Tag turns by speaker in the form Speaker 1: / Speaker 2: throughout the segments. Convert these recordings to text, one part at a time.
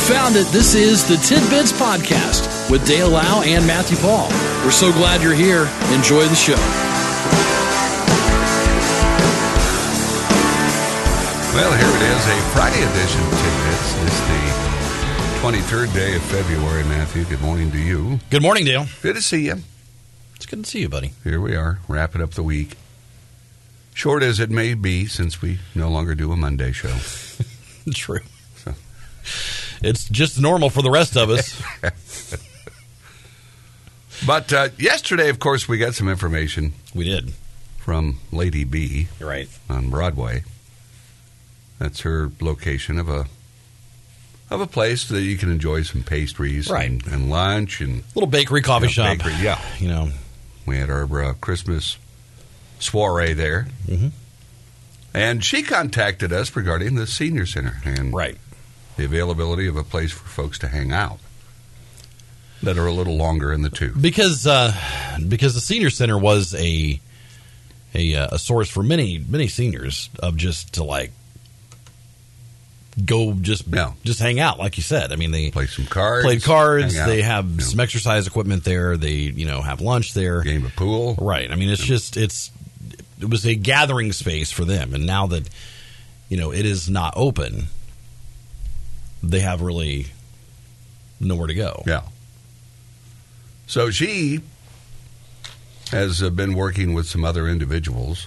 Speaker 1: found it. This is the Tidbits Podcast with Dale Lau and Matthew Paul. We're so glad you're here. Enjoy the show.
Speaker 2: Well, here it is, a Friday edition of Tidbits. It's the 23rd day of February, Matthew. Good morning to you.
Speaker 3: Good morning, Dale.
Speaker 2: Good to see you.
Speaker 3: It's good to see you, buddy.
Speaker 2: Here we are, wrapping up the week. Short as it may be, since we no longer do a Monday show.
Speaker 3: True. It's just normal for the rest of us.
Speaker 2: But uh, yesterday, of course, we got some information
Speaker 3: we did.
Speaker 2: from Lady B
Speaker 3: You're right.
Speaker 2: on Broadway. That's her location of a of a place that you can enjoy some pastries
Speaker 3: Right.
Speaker 2: and, and lunch and
Speaker 3: Little bakery, coffee
Speaker 2: you know,
Speaker 3: shop.
Speaker 2: bakery. Yeah,
Speaker 3: You know,
Speaker 2: We had our uh, Christmas soiree there.
Speaker 3: Mhm.
Speaker 2: And she contacted us regarding the senior center and
Speaker 3: right.
Speaker 2: the availability of a place for folks to hang out that are a little longer in the tooth.
Speaker 3: Because uh, because the senior center was a a uh, a source for many many seniors of just to like go just
Speaker 2: Yeah.
Speaker 3: just hang out, like you said. I mean, they
Speaker 2: Play some cards.
Speaker 3: played cards.
Speaker 2: hang out,
Speaker 3: They have
Speaker 2: you know,
Speaker 3: some exercise equipment there. They you know have lunch there.
Speaker 2: game of pool.
Speaker 3: Right. I mean, it's just it's it was a gathering space for them, and now that you know it is not open, they have really nowhere to go.
Speaker 2: Yeah. So she has uh, been working with some other individuals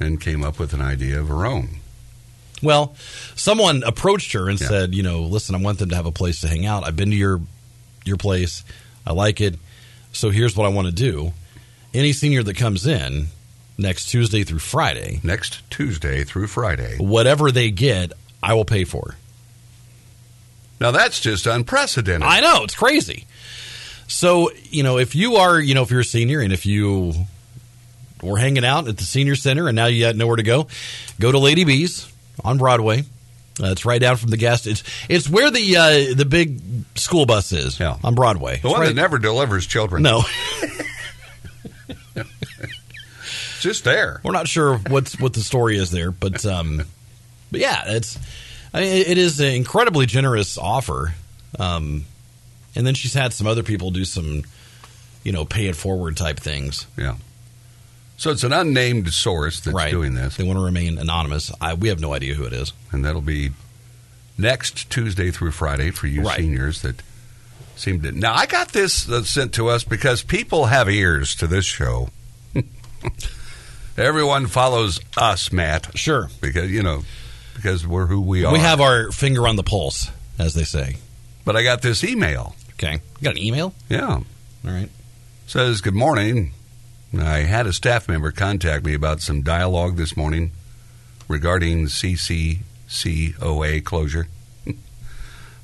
Speaker 2: and came up with an idea of her own.
Speaker 3: Well, someone approached her and
Speaker 2: Yeah.
Speaker 3: said, you know, listen, I want them to have a place to hang out. I've been to your your place. I like it. So here's what I want to do. Any senior that comes in next Tuesday through Friday,
Speaker 2: Next Tuesday through Friday.
Speaker 3: whatever they get, I will pay for.
Speaker 2: Now that's just unprecedented.
Speaker 3: I know it's crazy. So you know, if you are, you know, if you're a senior and if you were hanging out at the senior center and now you had nowhere to go, go to Lady B's on Broadway. Uh, it's right down from the gas. It's it's where the uh, the big school bus is
Speaker 2: Yeah.
Speaker 3: on Broadway.
Speaker 2: The
Speaker 3: It's
Speaker 2: one
Speaker 3: right-
Speaker 2: that never delivers children.
Speaker 3: no,
Speaker 2: It's just there.
Speaker 3: we're not sure what's what the story is there, but um, but yeah, it's I mean, it is an incredibly generous offer. Um, and then she's had some other people do some, you know, pay it forward type things.
Speaker 2: Yeah. So it's an unnamed source that's
Speaker 3: right.
Speaker 2: doing this,
Speaker 3: They want to remain anonymous. I, we have no idea who it is.
Speaker 2: and that'll be next Tuesday through Friday for you
Speaker 3: Right.
Speaker 2: seniors that seem to. Now I got this uh, sent to us because people have ears to this show. Everyone follows us, Matt,
Speaker 3: Sure.
Speaker 2: because you know because we're who we are.
Speaker 3: We have our finger on the pulse, as they say.
Speaker 2: but I got this email.
Speaker 3: Okay. You got an email?
Speaker 2: Yeah.
Speaker 3: All right.
Speaker 2: says, Good morning. I had a staff member contact me about some dialogue this morning regarding CCCOA closure. I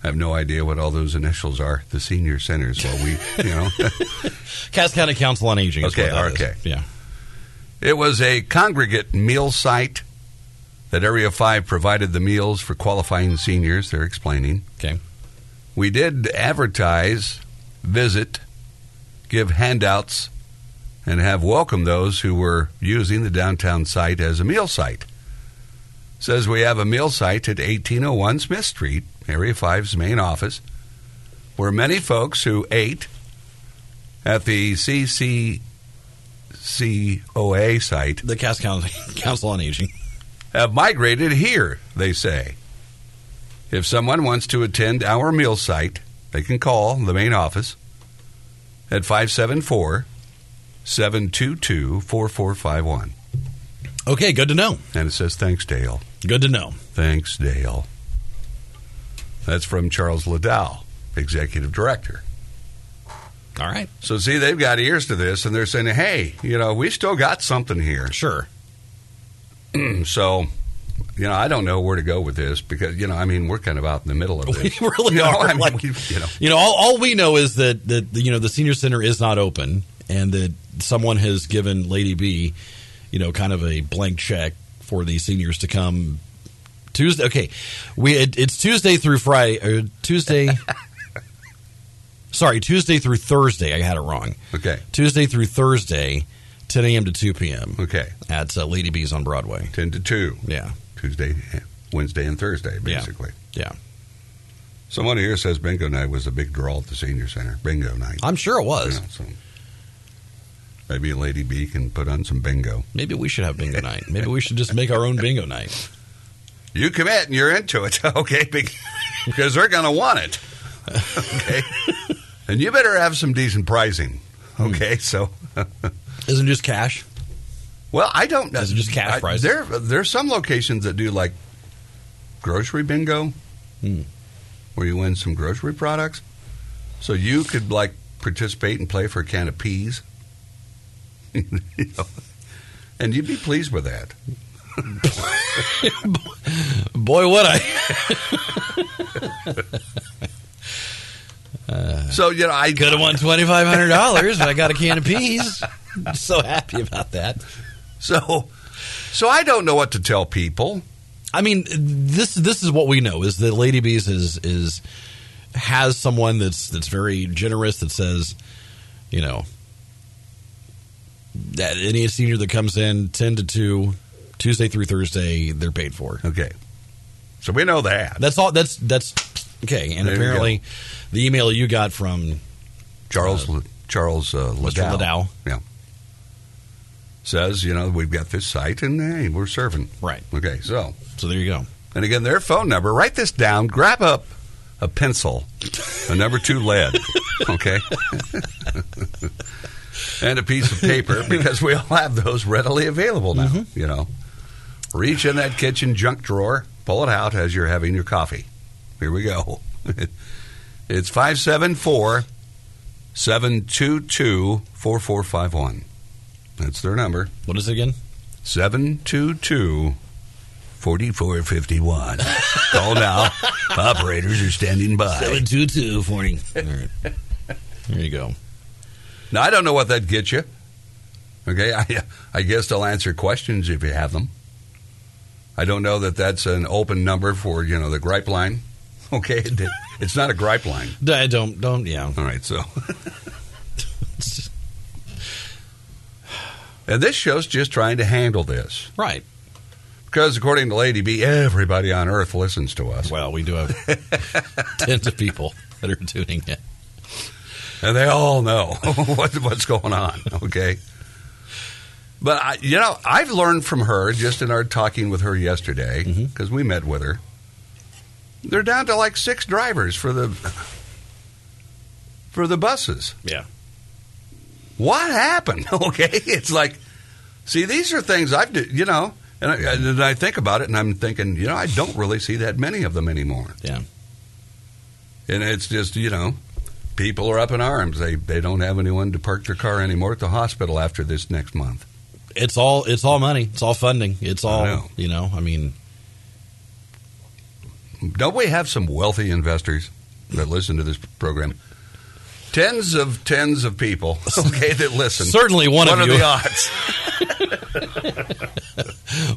Speaker 2: have no idea what all those initials are. The senior centers. Well, we, you know,
Speaker 3: Cass County Council on Aging. is
Speaker 2: Okay,
Speaker 3: what that is.
Speaker 2: okay.
Speaker 3: Yeah.
Speaker 2: it was a congregate meal site that Area Five provided the meals for qualifying seniors. They're explaining.
Speaker 3: Okay.
Speaker 2: We did advertise, visit, give handouts, and have welcomed those who were using the downtown site as a meal site. Says we have a meal site at 1801 Smith Street, Area 5's main office, where many folks who ate at the CCCOA site
Speaker 3: The Cass County Council on Aging.
Speaker 2: have migrated here, they say. If someone wants to attend our meal site, they can call the main office at 574 722 4451.
Speaker 3: Okay. Good to know.
Speaker 2: And it says, Thanks, Dale.
Speaker 3: Good to know.
Speaker 2: Thanks, Dale. That's from Charles Liddell, executive director.
Speaker 3: All right.
Speaker 2: So, see, they've got ears to this, and they're saying, hey, you know, we still got something here.
Speaker 3: Sure.
Speaker 2: So, you know, I don't know where to go with this because, you know, I mean, we're kind of out in the middle of
Speaker 3: We
Speaker 2: this.
Speaker 3: really
Speaker 2: You know,
Speaker 3: are.
Speaker 2: I mean,
Speaker 3: like,
Speaker 2: we- you know.
Speaker 3: you know, all, all we know is that that you know the senior center is not open, and that someone has given Lady B, you know, kind of a blank check for the seniors to come Tuesday. Okay, we it, it's Tuesday through Friday or Tuesday. sorry, Tuesday through Thursday. I had it wrong.
Speaker 2: Okay.
Speaker 3: Tuesday through Thursday, 10 a.m. to 2 p.m.
Speaker 2: Okay.
Speaker 3: at uh, Lady B's on Broadway.
Speaker 2: 10 to 2,
Speaker 3: Yeah,
Speaker 2: Tuesday, Wednesday, and Thursday,
Speaker 3: Yeah.
Speaker 2: basically.
Speaker 3: yeah.
Speaker 2: Someone here says bingo night was a big draw at the senior center. Bingo night.
Speaker 3: I'm sure it was.
Speaker 2: You know, so maybe Lady B can put on some bingo.
Speaker 3: Maybe we should have bingo night. Maybe we should just make our own bingo night.
Speaker 2: You commit and you're into it, okay? be- Because they're going to want it, okay? and you better have some decent pricing,
Speaker 3: Hmm.
Speaker 2: okay? So,
Speaker 3: Isn't it just cash?
Speaker 2: well, I don't know.
Speaker 3: Is it just cash
Speaker 2: I-
Speaker 3: prizes?
Speaker 2: There, there's some locations that do like grocery bingo,
Speaker 3: Hmm.
Speaker 2: where you win some grocery products. So you could like participate and play for a can of peas, You know? and you'd be pleased with that.
Speaker 3: Boy, would I.
Speaker 2: So you know, I
Speaker 3: Could have won twenty five hundred dollars, but I got a can of peas. I'm so happy about that.
Speaker 2: so so I don't know what to tell people.
Speaker 3: I mean, this this is what we know is that Lady Bees is is has someone that's that's very generous that says, you know, that any senior that comes in ten to two, Tuesday through Thursday, they're paid for.
Speaker 2: Okay, so we know that
Speaker 3: That's all. That's that's okay. And
Speaker 2: There you
Speaker 3: apparently, the email you got from
Speaker 2: Charles Charles uh,
Speaker 3: Mr.
Speaker 2: Liddell
Speaker 3: Liddell.
Speaker 2: says you know we've got this site and hey we're serving.
Speaker 3: right?
Speaker 2: Okay, so
Speaker 3: So there you go.
Speaker 2: and again their phone number. Write this down. Grab up a pencil, a number two lead. Okay. and a piece of paper because we all have those readily available now, you know. Reach in that kitchen junk drawer, pull it out as you're having your coffee. Here we go. it's 574 722 4451. That's their number.
Speaker 3: What is it again?
Speaker 2: 722 4451. Call now. Operators are standing by.
Speaker 3: two two forty. All right. There you go.
Speaker 2: Now, I don't know what that gets you. Okay, I, I guess they'll answer questions if you have them. I don't know that that's an open number for, you know, the gripe line. Okay, it- it's not a gripe line.
Speaker 3: I don't don't yeah.
Speaker 2: All right, so. And this show's just trying to handle this.
Speaker 3: Right.
Speaker 2: Because according to Lady B, everybody on earth listens to us.
Speaker 3: Well, we do have tens of people that are tuning in.
Speaker 2: and they all know what, what's going on. Okay, but I, you know, I've learned from her just in our talking with her yesterday
Speaker 3: Mhm.
Speaker 2: because we met with her. They're down to like six drivers for the for the buses.
Speaker 3: Yeah.
Speaker 2: What happened? Okay, it's like, see, these are things I've do- you know, and I, and I think about it, and I'm thinking, you know, I don't really see that many of them anymore.
Speaker 3: Yeah.
Speaker 2: And it's just, you know, people are up in arms. They they don't have anyone to park their car anymore at the hospital after this next month.
Speaker 3: It's all it's all money. It's all funding. It's all
Speaker 2: know.
Speaker 3: you know. I mean,
Speaker 2: Don't we have some wealthy investors that listen to this program? Tens of tens of people, okay, that listen.
Speaker 3: certainly one
Speaker 2: what are
Speaker 3: of you
Speaker 2: the odds?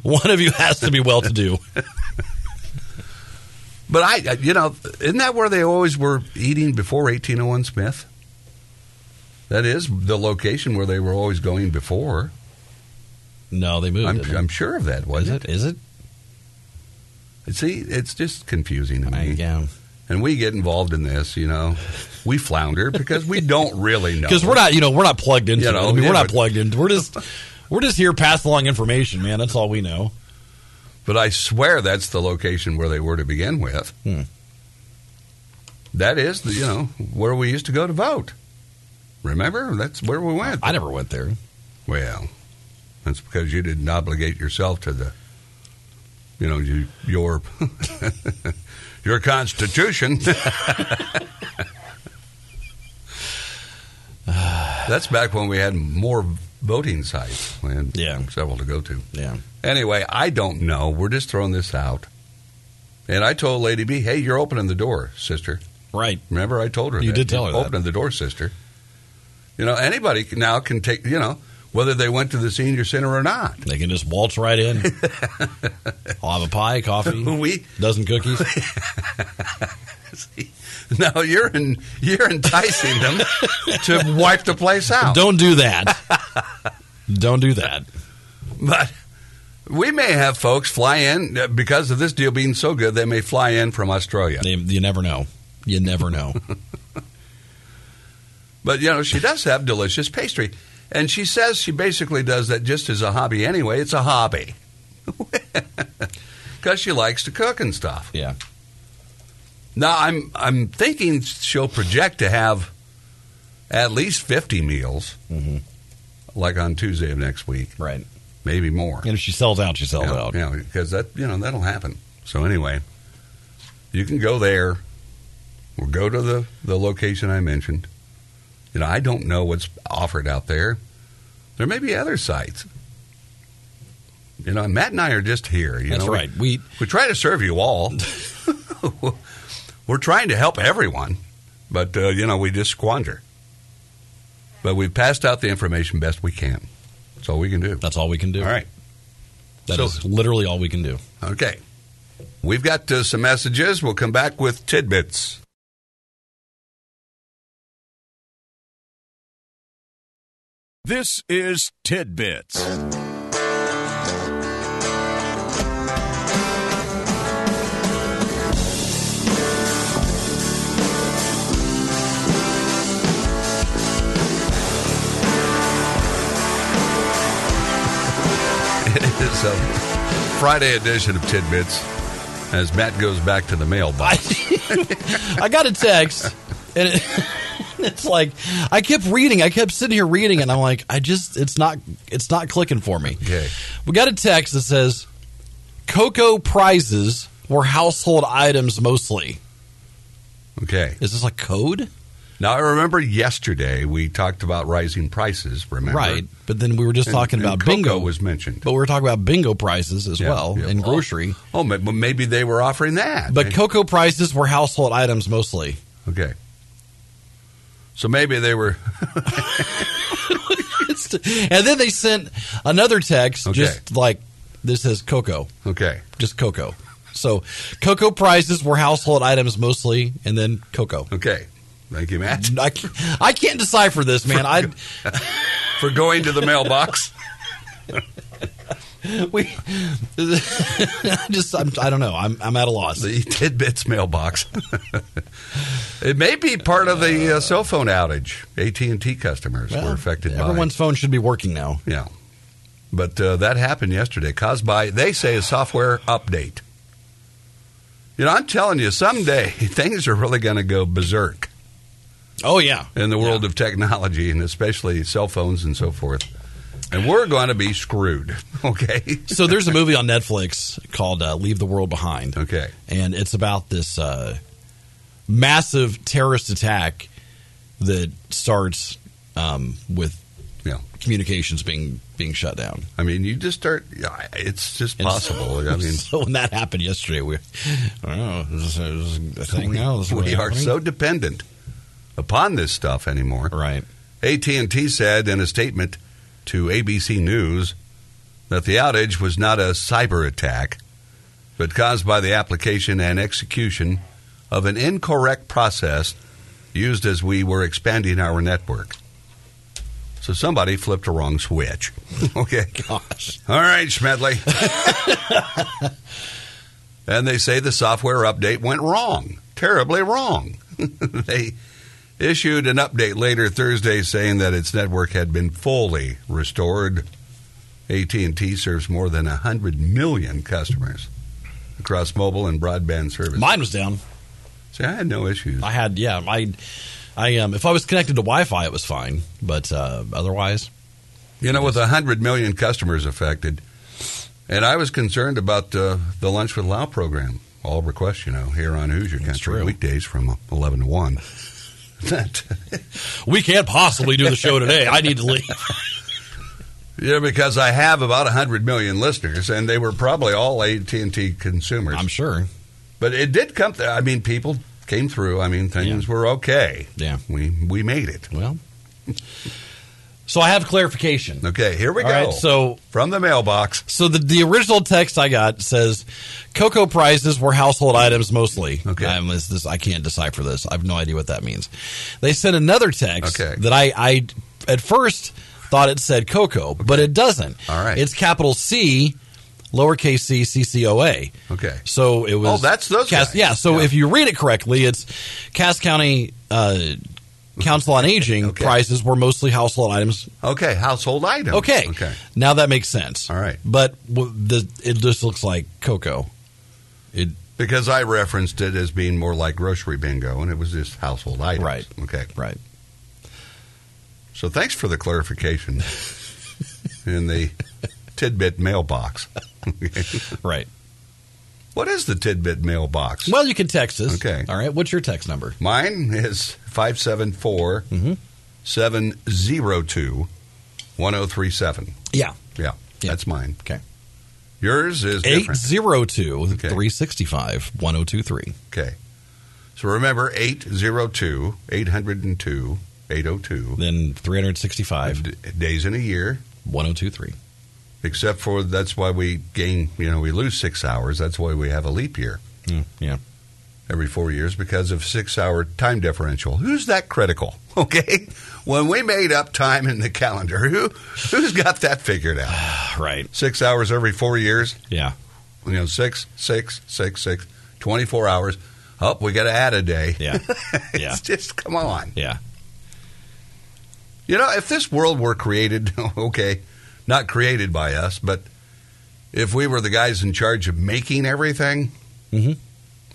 Speaker 3: one of you has to be well to do.
Speaker 2: But I, you know, isn't that where they always were eating before 1801 Smith? That is the location where they were always going before.
Speaker 3: No, they moved.
Speaker 2: I'm,
Speaker 3: didn't they?
Speaker 2: I'm sure of that,
Speaker 3: is
Speaker 2: wasn't
Speaker 3: it? Is it?
Speaker 2: it? See, it's just confusing to me.
Speaker 3: I, Mm-hmm. yeah.
Speaker 2: and we get involved in this, you know, we flounder because we don't really know.
Speaker 3: Because we're not you know we're not plugged into.
Speaker 2: You
Speaker 3: it.
Speaker 2: know,
Speaker 3: I mean,
Speaker 2: yeah,
Speaker 3: we're not
Speaker 2: but-
Speaker 3: plugged in. We're just we're just here pass along information, man. That's all we know.
Speaker 2: but I swear that's the location where they were to begin with.
Speaker 3: Hmm.
Speaker 2: That is, the, you know, where we used to go to vote. Remember, that's where we went.
Speaker 3: I never went there.
Speaker 2: Well, that's because you didn't obligate yourself to the, you know, you, your your constitution. that's back when we had more voting sites. We had
Speaker 3: Yeah.
Speaker 2: several to go to.
Speaker 3: Yeah.
Speaker 2: Anyway, I don't know. We're just throwing this out. And I told Lady B, "Hey, you're opening the door, sister."
Speaker 3: Right.
Speaker 2: Remember, I told her
Speaker 3: You
Speaker 2: that.
Speaker 3: did tell her that.
Speaker 2: opening the door, sister. You know, anybody can- now can take. You know, whether they went to the senior center or not.
Speaker 3: They can just waltz right in. I'll have a pie, coffee,
Speaker 2: We
Speaker 3: dozen cookies.
Speaker 2: now you're in, you're enticing them to wipe the place out.
Speaker 3: Don't do that. Don't do that.
Speaker 2: But we may have folks fly in uh, because of this deal being so good. They may fly in from Australia.
Speaker 3: They, you never know. You never know.
Speaker 2: But you know, she does have delicious pastry, and she says she basically does that just as a hobby anyway. It's a hobby because she likes to cook and stuff.
Speaker 3: yeah.
Speaker 2: Now I'm I'm thinking she'll project to have at least fifty meals,
Speaker 3: hmm
Speaker 2: like on Tuesday of next week,
Speaker 3: Right.
Speaker 2: maybe more.
Speaker 3: And if she sells out, she sells
Speaker 2: yeah,
Speaker 3: out.
Speaker 2: yeah, because that you know that'll happen. So anyway, you can go there. We'll go to the the location I mentioned. You know, I don't know what's offered out there. There may be other sites. You know, Matt and I are just here. You
Speaker 3: That's
Speaker 2: know, We-
Speaker 3: right. We
Speaker 2: we try to serve you all. We're trying to help everyone, but uh, you know we just squander. But we've passed out the information best we can. That's all we can do.
Speaker 3: that's all we can do.
Speaker 2: All right.
Speaker 3: That
Speaker 2: So-
Speaker 3: is literally all we can do.
Speaker 2: Okay. We've got uh, some messages. We'll come back with tidbits.
Speaker 4: This is Tidbits.
Speaker 2: It is uh, a Friday edition of Tidbits as Matt goes back to the mailbox.
Speaker 3: I got a text, and it, it's like I kept reading. I kept sitting here reading, and I'm like, I just it's not it's not clicking for me.
Speaker 2: Okay.
Speaker 3: We got a text that says, "Cocoa prizes were household items mostly."
Speaker 2: Okay.
Speaker 3: Is this a code?
Speaker 2: Uh-huh. Now, I remember yesterday we talked about rising prices, remember?
Speaker 3: Right. But then we were just
Speaker 2: And-
Speaker 3: talking
Speaker 2: and
Speaker 3: about
Speaker 2: cocoa
Speaker 3: bingo.
Speaker 2: was mentioned.
Speaker 3: but we were talking about bingo prizes as
Speaker 2: Yeah,
Speaker 3: well
Speaker 2: yeah.
Speaker 3: and grocery.
Speaker 2: Oh, ma- but maybe they were offering that.
Speaker 3: But cocoa prizes were household items mostly.
Speaker 2: okay. So maybe they were
Speaker 3: It's- and then they sent another text
Speaker 2: Okay.
Speaker 3: just like this says cocoa.
Speaker 2: okay.
Speaker 3: just cocoa. So, cocoa prizes were household items mostly, and then cocoa.
Speaker 2: Okay. Thank you, Matt,
Speaker 3: I, can't- I can't decipher this, man. I
Speaker 2: for going to the mailbox.
Speaker 3: we I just I'm, I don't know. I'm I'm at a loss.
Speaker 2: the tidbits mailbox. it may be part of the uh, cell phone outage. AT and T customers were
Speaker 3: Well,
Speaker 2: affected
Speaker 3: Everyone's phone should be working now.
Speaker 2: by yeah, but uh, that happened yesterday, caused by they say a software update. You know, I'm telling you, someday things are really going to go berserk
Speaker 3: Oh yeah,
Speaker 2: in the world of technology, and especially cell phones and so forth. And we're going to be screwed. Okay.
Speaker 3: So there's a movie on Netflix called uh, "Leave the World Behind."
Speaker 2: Okay.
Speaker 3: and it's about this uh, massive terrorist attack that starts um, with
Speaker 2: Yeah.
Speaker 3: communications being being shut down.
Speaker 2: I mean, you just start. yeah, It's just
Speaker 3: And
Speaker 2: possible.
Speaker 3: So,
Speaker 2: I mean,
Speaker 3: so when that happened yesterday, we, I don't know, this is a thing now. This is
Speaker 2: we
Speaker 3: really
Speaker 2: are
Speaker 3: happening.
Speaker 2: so dependent upon this stuff anymore.
Speaker 3: right.
Speaker 2: AT&T said in a statement to ABC News that the outage was not a cyber attack, but caused by the application and execution of an incorrect process used as we were expanding our network. So somebody flipped a wrong switch. okay.
Speaker 3: Gosh,
Speaker 2: All right, Schmedley. and they say the software update went wrong, terribly wrong. they issued an update later Thursday saying that its network had been fully restored. AT&T serves more than 100 million customers across mobile and broadband service.
Speaker 3: mine was down.
Speaker 2: See, I had no issues.
Speaker 3: I had yeah, I, I um, if I was connected to Wi-Fi, it was fine, but uh, otherwise,
Speaker 2: You know, with 100 million customers affected, and I was concerned about uh, the Lunch with Lau program, all requests, you know, here on Hoosier Country,
Speaker 3: true.
Speaker 2: weekdays from 11 to 1. That,
Speaker 3: we can't possibly do the show today. I need to leave.
Speaker 2: yeah, because I have about 100 million listeners, and they were probably all AT&T consumers.
Speaker 3: I'm sure.
Speaker 2: but it did come through. I mean, people came through. I mean, things were okay.
Speaker 3: Yeah.
Speaker 2: We, we made it.
Speaker 3: Well, so I have clarification.
Speaker 2: Okay, here we
Speaker 3: All
Speaker 2: go.
Speaker 3: right, so
Speaker 2: from the mailbox.
Speaker 3: So the, the original text I got says, "Cocoa prizes were household items mostly."
Speaker 2: Okay.
Speaker 3: I'm, this, this, I can't decipher this. I have no idea what that means. They sent another text
Speaker 2: Okay.
Speaker 3: that I, I at first thought it said cocoa, but it doesn't.
Speaker 2: All right.
Speaker 3: it's capital C lowercase c CCOA.
Speaker 2: Okay.
Speaker 3: So it was.
Speaker 2: Oh, that's those
Speaker 3: Cass-
Speaker 2: guys.
Speaker 3: Yeah. So
Speaker 2: Yeah.
Speaker 3: if you read it correctly, it's Cass County uh, Council on Aging
Speaker 2: Okay.
Speaker 3: prices were mostly household items.
Speaker 2: Okay, household item.
Speaker 3: Okay.
Speaker 2: Okay.
Speaker 3: Now that makes sense.
Speaker 2: All right.
Speaker 3: But w- the, it just looks like cocoa. It
Speaker 2: Because I referenced it as being more like grocery bingo, and it was just household items.
Speaker 3: Right.
Speaker 2: Okay.
Speaker 3: right.
Speaker 2: So thanks for the clarification in the tidbit mailbox.
Speaker 3: Right.
Speaker 2: what is the tidbit mailbox?
Speaker 3: Well, you can text us.
Speaker 2: Okay.
Speaker 3: All right. What's your text number?
Speaker 2: Mine is 574
Speaker 3: Mhm.
Speaker 2: 702 1037. Yeah,
Speaker 3: Yeah. Yeah.
Speaker 2: that's mine.
Speaker 3: Okay.
Speaker 2: Yours is different.
Speaker 3: 802
Speaker 2: Okay.
Speaker 3: 365 1023.
Speaker 2: Okay. So remember 802 802 802
Speaker 3: Then 365
Speaker 2: d- days in a year,
Speaker 3: 1023.
Speaker 2: except for that's why we gain, you know, we lose six hours. That's why we have a leap year
Speaker 3: Mm, yeah.
Speaker 2: every four years because of six hour time differential. Who's that critical? Okay. When we made up time in the calendar, who, who's got that figured out?
Speaker 3: Right.
Speaker 2: Six hours every four years,
Speaker 3: Yeah.
Speaker 2: you know, six, six, six, six, 24 hours. Oh, we got to add a day.
Speaker 3: Yeah. Yeah.
Speaker 2: It's just, come on.
Speaker 3: Yeah.
Speaker 2: You know, if this world were created, okay, not created by us, but if we were the guys in charge of making everything,
Speaker 3: Mhm.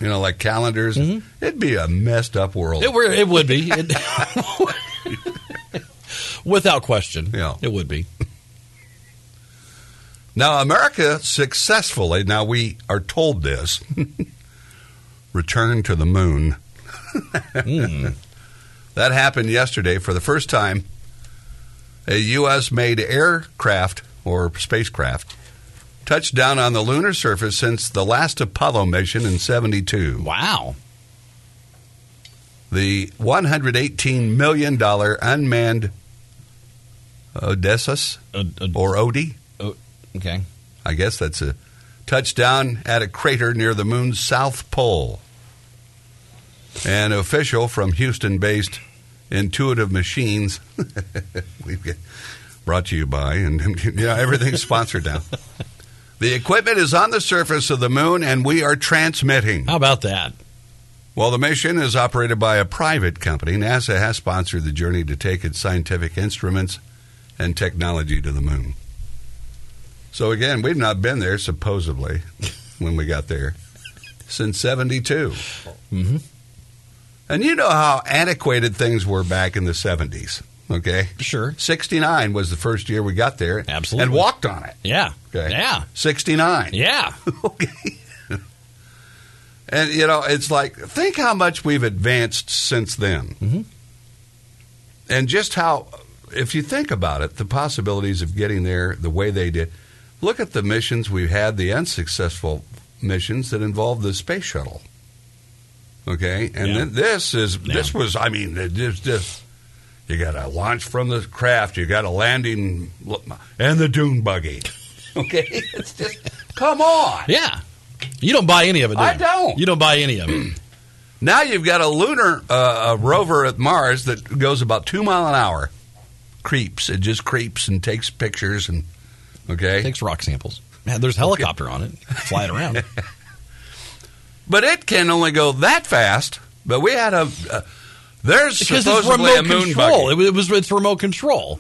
Speaker 2: you know, like calendars, it'd be a messed up world.
Speaker 3: It, were, it would be. It- without question.
Speaker 2: Yeah.
Speaker 3: It would be.
Speaker 2: now, America successfully, now we are told this, returned to the moon.
Speaker 3: Mm.
Speaker 2: That happened yesterday for the first time. A U.S. made aircraft or spacecraft touched down on the lunar surface since the last Apollo mission in 72.
Speaker 3: Wow.
Speaker 2: the $118 million unmanned Odysseus
Speaker 3: Uh, uh,
Speaker 2: or Odie.
Speaker 3: okay.
Speaker 2: I guess that's a touchdown at a crater near the moon's south pole. An official from Houston based Intuitive Machines, we get brought to you by, and you know, everything's sponsored now. The equipment is on the surface of the moon, and we are transmitting.
Speaker 3: How about that?
Speaker 2: While the mission is operated by a private company, NASA has sponsored the journey to take its scientific instruments and technology to the moon. So, again, we've not been there, supposedly, when we got there, since 72.
Speaker 3: Mhm.
Speaker 2: And you know how antiquated things were back in the 70s, okay?
Speaker 3: Sure.
Speaker 2: 69 was the first year we got there
Speaker 3: Absolutely.
Speaker 2: and walked on it.
Speaker 3: Yeah.
Speaker 2: Okay.
Speaker 3: Yeah.
Speaker 2: 69.
Speaker 3: Yeah.
Speaker 2: okay. and you know, it's like think how much we've advanced since then,
Speaker 3: Mhm.
Speaker 2: and just how, if you think about it, the possibilities of getting there the way they did. Look at the missions we've had, the unsuccessful missions that involved the space shuttle. Okay, and
Speaker 3: Yeah.
Speaker 2: then this is
Speaker 3: Yeah.
Speaker 2: this was I mean it just just you got a launch from the craft, you got a landing, and the dune buggy. Okay, it's just come on.
Speaker 3: Yeah. You don't buy any of it, do
Speaker 2: I
Speaker 3: you?
Speaker 2: don't.
Speaker 3: You don't buy any of it.
Speaker 2: Now you've got a lunar uh, a rover at Mars that goes about two mile an hour, creeps. It just creeps and takes pictures and okay.
Speaker 3: It takes rock samples. Man, there's a helicopter on it. Fly it around.
Speaker 2: but it can only go that fast. But we had a uh, there's
Speaker 3: because it's
Speaker 2: supposedly
Speaker 3: remote
Speaker 2: a moon
Speaker 3: control. It
Speaker 2: buggy.
Speaker 3: was, it was it's remote control.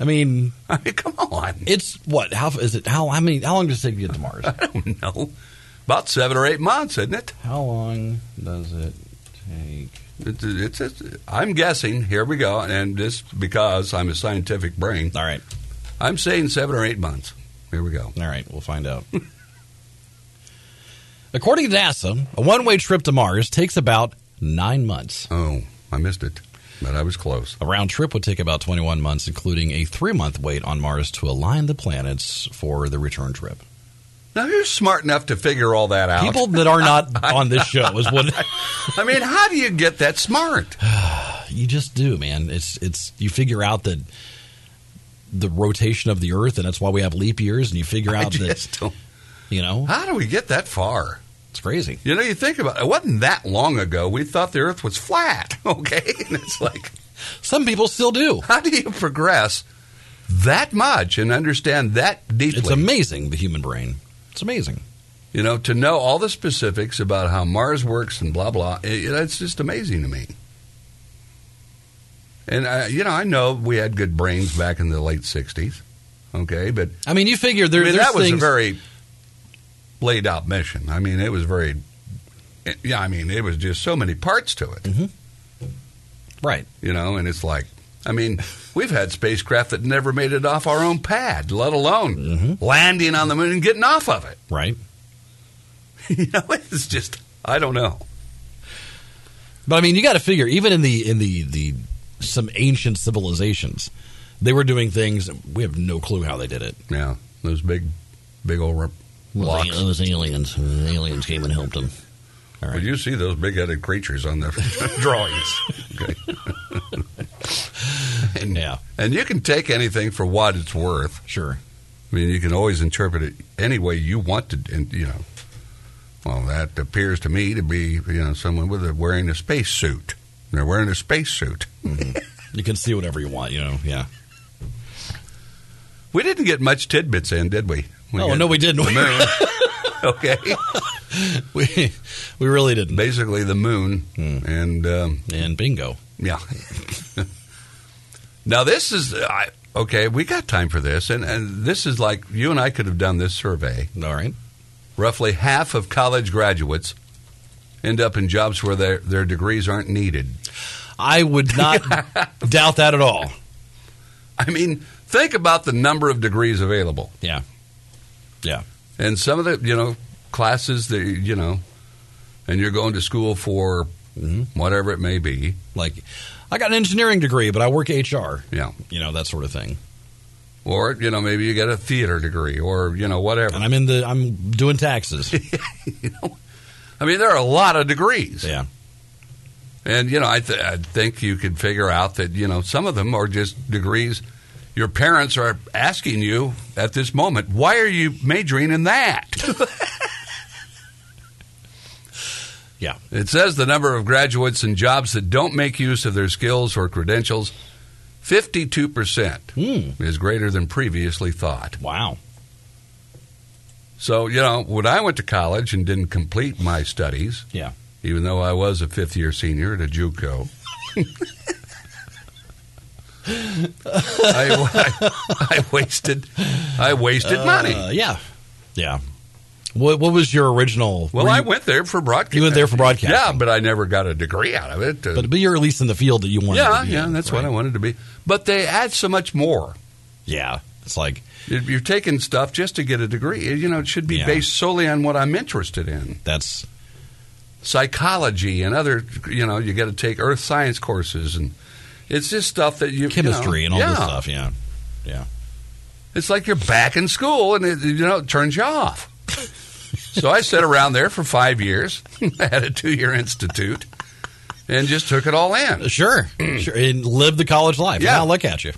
Speaker 3: I mean,
Speaker 2: I mean, come on,
Speaker 3: it's what? How is it? How how many? How long does it take to get to Mars?
Speaker 2: I don't know. About seven or eight months, isn't it?
Speaker 3: How long does it take?
Speaker 2: It's, it's, it's- I'm guessing. Here we go, and just because I'm a scientific brain,
Speaker 3: All right,
Speaker 2: I'm saying seven or eight months. Here we go.
Speaker 3: all right, we'll find out. According to NASA, a one-way trip to Mars takes about nine months.
Speaker 2: Oh, I missed it, but I was close.
Speaker 3: A round trip would take about 21 months, including a three-month wait on Mars to align the planets for the return trip.
Speaker 2: Now, who's smart enough to figure all that out?
Speaker 3: People that are not on this show is what
Speaker 2: I mean, how do you get that smart?
Speaker 3: you just do, man. It's it's you figure out that the rotation of the Earth, and that's why we have leap years. And you figure
Speaker 2: I
Speaker 3: out that
Speaker 2: just don't.
Speaker 3: you know
Speaker 2: How do we get that far?
Speaker 3: it's crazy.
Speaker 2: You know, you think about it. It wasn't that long ago we thought the Earth was flat. Okay, and it's like,
Speaker 3: Some people still do.
Speaker 2: how do you progress that much and understand that deeply.
Speaker 3: It's amazing, the human brain. It's amazing.
Speaker 2: you know, to know all the specifics about how Mars works and blah blah. It, it- it's just amazing to me. And I, you know, I know we had good brains back in the late '60s, okay, but
Speaker 3: I mean, you figure there,
Speaker 2: I mean,
Speaker 3: there's
Speaker 2: that was a
Speaker 3: things.
Speaker 2: very laid out mission. I mean, it was very. Yeah, I mean, it was just so many parts to
Speaker 3: Mm-hmm.
Speaker 2: it,
Speaker 3: right.
Speaker 2: you know, and it's like, I mean, we've had spacecraft that never made it off our own pad, let alone
Speaker 3: Mm-hmm.
Speaker 2: landing on the moon and getting off of it.
Speaker 3: Right.
Speaker 2: you know, it's just, I don't know.
Speaker 3: But I mean, you got to figure even in the in the the some ancient civilizations, they were doing things we have no clue how they did it.
Speaker 2: Yeah, those big, big old rip-
Speaker 3: Well,
Speaker 2: blocks.
Speaker 3: it was aliens. The aliens came and helped them. All
Speaker 2: Well,
Speaker 3: right.
Speaker 2: you see those big-headed creatures on the drawings. Okay. and,
Speaker 3: Yeah.
Speaker 2: and you can take anything for what it's worth.
Speaker 3: Sure.
Speaker 2: I mean, you can always interpret it any way you want to, and you know, well, that appears to me to be you know someone with a wearing a space suit. They're wearing a space suit.
Speaker 3: You can see whatever you want. You know. Yeah.
Speaker 2: We didn't get much tidbits in, did we? we
Speaker 3: oh
Speaker 2: got
Speaker 3: no, we didn't.
Speaker 2: the moon. okay,
Speaker 3: we we really didn't.
Speaker 2: basically the moon
Speaker 3: Hmm.
Speaker 2: and. Um,
Speaker 3: And bingo.
Speaker 2: Yeah. now this is I okay, we got time for this and and this is like you and I could have done this survey.
Speaker 3: All right.
Speaker 2: Roughly half of college graduates end up in jobs where their their degrees aren't needed.
Speaker 3: I would not doubt that at all.
Speaker 2: I mean, think about the number of degrees available.
Speaker 3: Yeah. Yeah.
Speaker 2: And some of the, you know, classes that you know and you're going to school for whatever it may be.
Speaker 3: Mm-hmm. Like, I got an engineering degree, but I work HR.
Speaker 2: Yeah.
Speaker 3: You know that sort of thing.
Speaker 2: Or, you know, maybe you get a theater degree or, you know, whatever.
Speaker 3: And I'm in the. I'm doing taxes.
Speaker 2: I mean, there are a lot of degrees.
Speaker 3: yeah.
Speaker 2: And you know, I, th- I think you could figure out that you know some of them are just degrees. Your parents are asking you at this moment, why are you majoring in that?
Speaker 3: Yeah.
Speaker 2: it says the number of graduates in jobs that don't make use of their skills or credentials, fifty-two percent
Speaker 3: Hmm.
Speaker 2: is greater than previously thought.
Speaker 3: Wow.
Speaker 2: So you know, when I went to college and didn't complete my studies,
Speaker 3: Yeah.
Speaker 2: even though I was a fifth-year senior at a JUCO. I, I, I wasted, I wasted
Speaker 3: Uh,
Speaker 2: money.
Speaker 3: yeah. Yeah. What What was your original?
Speaker 2: Well,
Speaker 3: were
Speaker 2: I
Speaker 3: you-
Speaker 2: went there for broadcast.
Speaker 3: You went there for broadcasting.
Speaker 2: Yeah, but I never got a degree out of it. Uh,
Speaker 3: But, but you're at least in the field that you wanted.
Speaker 2: yeah,
Speaker 3: to be
Speaker 2: yeah,
Speaker 3: in,
Speaker 2: that's
Speaker 3: right?
Speaker 2: what I wanted to be. But they add so much more.
Speaker 3: Yeah, it's like
Speaker 2: You're you're taking stuff just to get a degree. You know, it should be
Speaker 3: Yeah.
Speaker 2: based solely on what I'm interested in.
Speaker 3: that's
Speaker 2: Psychology and other, you know, you got to take earth science courses and it's just stuff that you you know,
Speaker 3: chemistry and all this
Speaker 2: yeah.
Speaker 3: stuff. Yeah, yeah.
Speaker 2: It's like you're back in school, and it, you know it turns you off. so I sat around there for five years. I had a two-year institute, and just took it all in.
Speaker 3: Uh, Sure, sure. And live the college life.
Speaker 2: Yeah.
Speaker 3: Now look at you.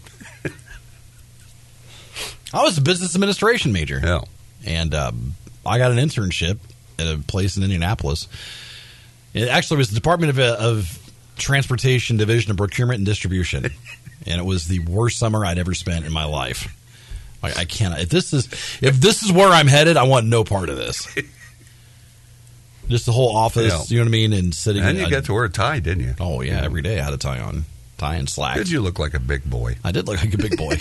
Speaker 3: I was a business administration major,
Speaker 2: Yeah,
Speaker 3: and um, I got an internship at a place in Indianapolis. It actually was the Department of, uh, of Transportation Division of Procurement and Distribution, and it was the worst summer I'd ever spent in my life. I, I cannot. If this is if this is where I'm headed, I want no part of this. Just the whole office,
Speaker 2: Yeah.
Speaker 3: you know what I mean, and sitting.
Speaker 2: and
Speaker 3: in
Speaker 2: you
Speaker 3: a-
Speaker 2: got to wear a tie, didn't you?
Speaker 3: Oh yeah, every day I had a tie on, tie and slacks.
Speaker 2: Did you look like a big boy?
Speaker 3: I did look like a big boy.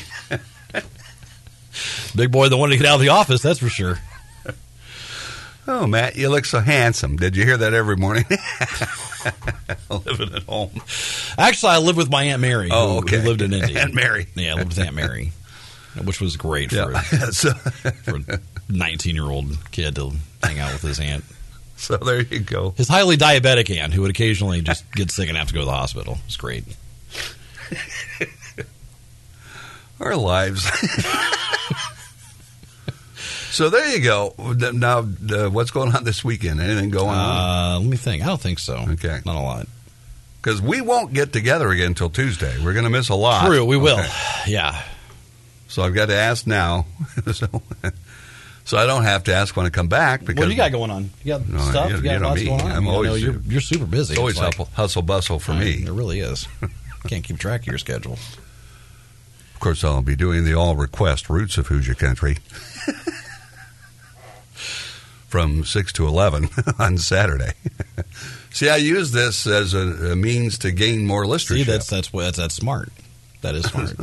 Speaker 3: big boy that wanted to get out of the office, that's for sure.
Speaker 2: Oh, Matt, you look so handsome. Did you hear that every morning? Living at home.
Speaker 3: Actually, I lived with my aunt Mary. who-
Speaker 2: Oh, okay.
Speaker 3: who lived in India.
Speaker 2: Aunt Mary.
Speaker 3: Yeah, I lived with Aunt Mary, which was great
Speaker 2: Yeah. so,
Speaker 3: for, for a nineteen-year-old kid to hang out with his aunt,
Speaker 2: so there you go.
Speaker 3: his highly diabetic aunt, who would occasionally just get sick and have to go to the hospital. It's great.
Speaker 2: Our lives. so there you go. Now, uh, what's going on this weekend? Anything going on?
Speaker 3: Uh, let me think. I don't think so.
Speaker 2: Okay.
Speaker 3: not a lot.
Speaker 2: because we won't get together again until Tuesday. We're going to miss a lot.
Speaker 3: True, we will.
Speaker 2: Okay.
Speaker 3: Yeah,
Speaker 2: So I've got to ask now, so, so I don't have to ask when I come back because
Speaker 3: what do you got going on? You got
Speaker 2: No,
Speaker 3: stuff?
Speaker 2: you-
Speaker 3: You,
Speaker 2: you
Speaker 3: got
Speaker 2: know
Speaker 3: lots
Speaker 2: me.
Speaker 3: going on?
Speaker 2: I'm
Speaker 3: You know,
Speaker 2: always-
Speaker 3: you're, you're super busy.
Speaker 2: it's always
Speaker 3: It's like-
Speaker 2: hustle, hustle bustle for
Speaker 3: I-
Speaker 2: me.
Speaker 3: It really is. Can't keep track of your schedule.
Speaker 2: Of course, I'll be doing the all request roots of Hoosier Country from 6 to 11 on Saturday. See, I use this as a, a means to gain more listenership.
Speaker 3: See, that's that's that's, that's smart. That is smart.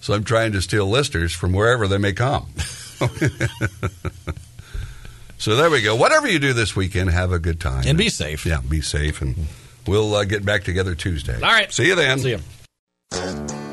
Speaker 2: So I'm trying to steal listeners from wherever they may come. so there we go. Whatever you do this weekend, have a good time.
Speaker 3: and be safe.
Speaker 2: Yeah, be safe. And we'll uh, get back together Tuesday.
Speaker 3: All right.
Speaker 2: See you then.
Speaker 3: See ya.